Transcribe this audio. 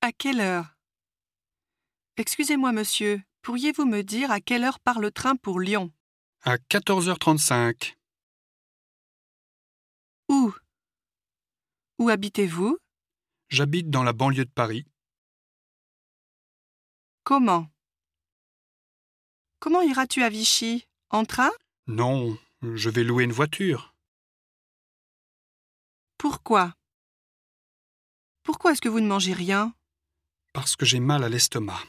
À quelle heure Excusez-moi, monsieur, pourriez-vous me dire à quelle heure part le train pour Lyon À 14h35, Où Où habitez-vous j'habite dans la banlieue de Paris. Comment Comment iras-tu à Vichy En train Non, je vais louer une voiture. Pourquoi Pourquoi est-ce que vous ne mangez rien Parce que j'ai mal à l'estomac.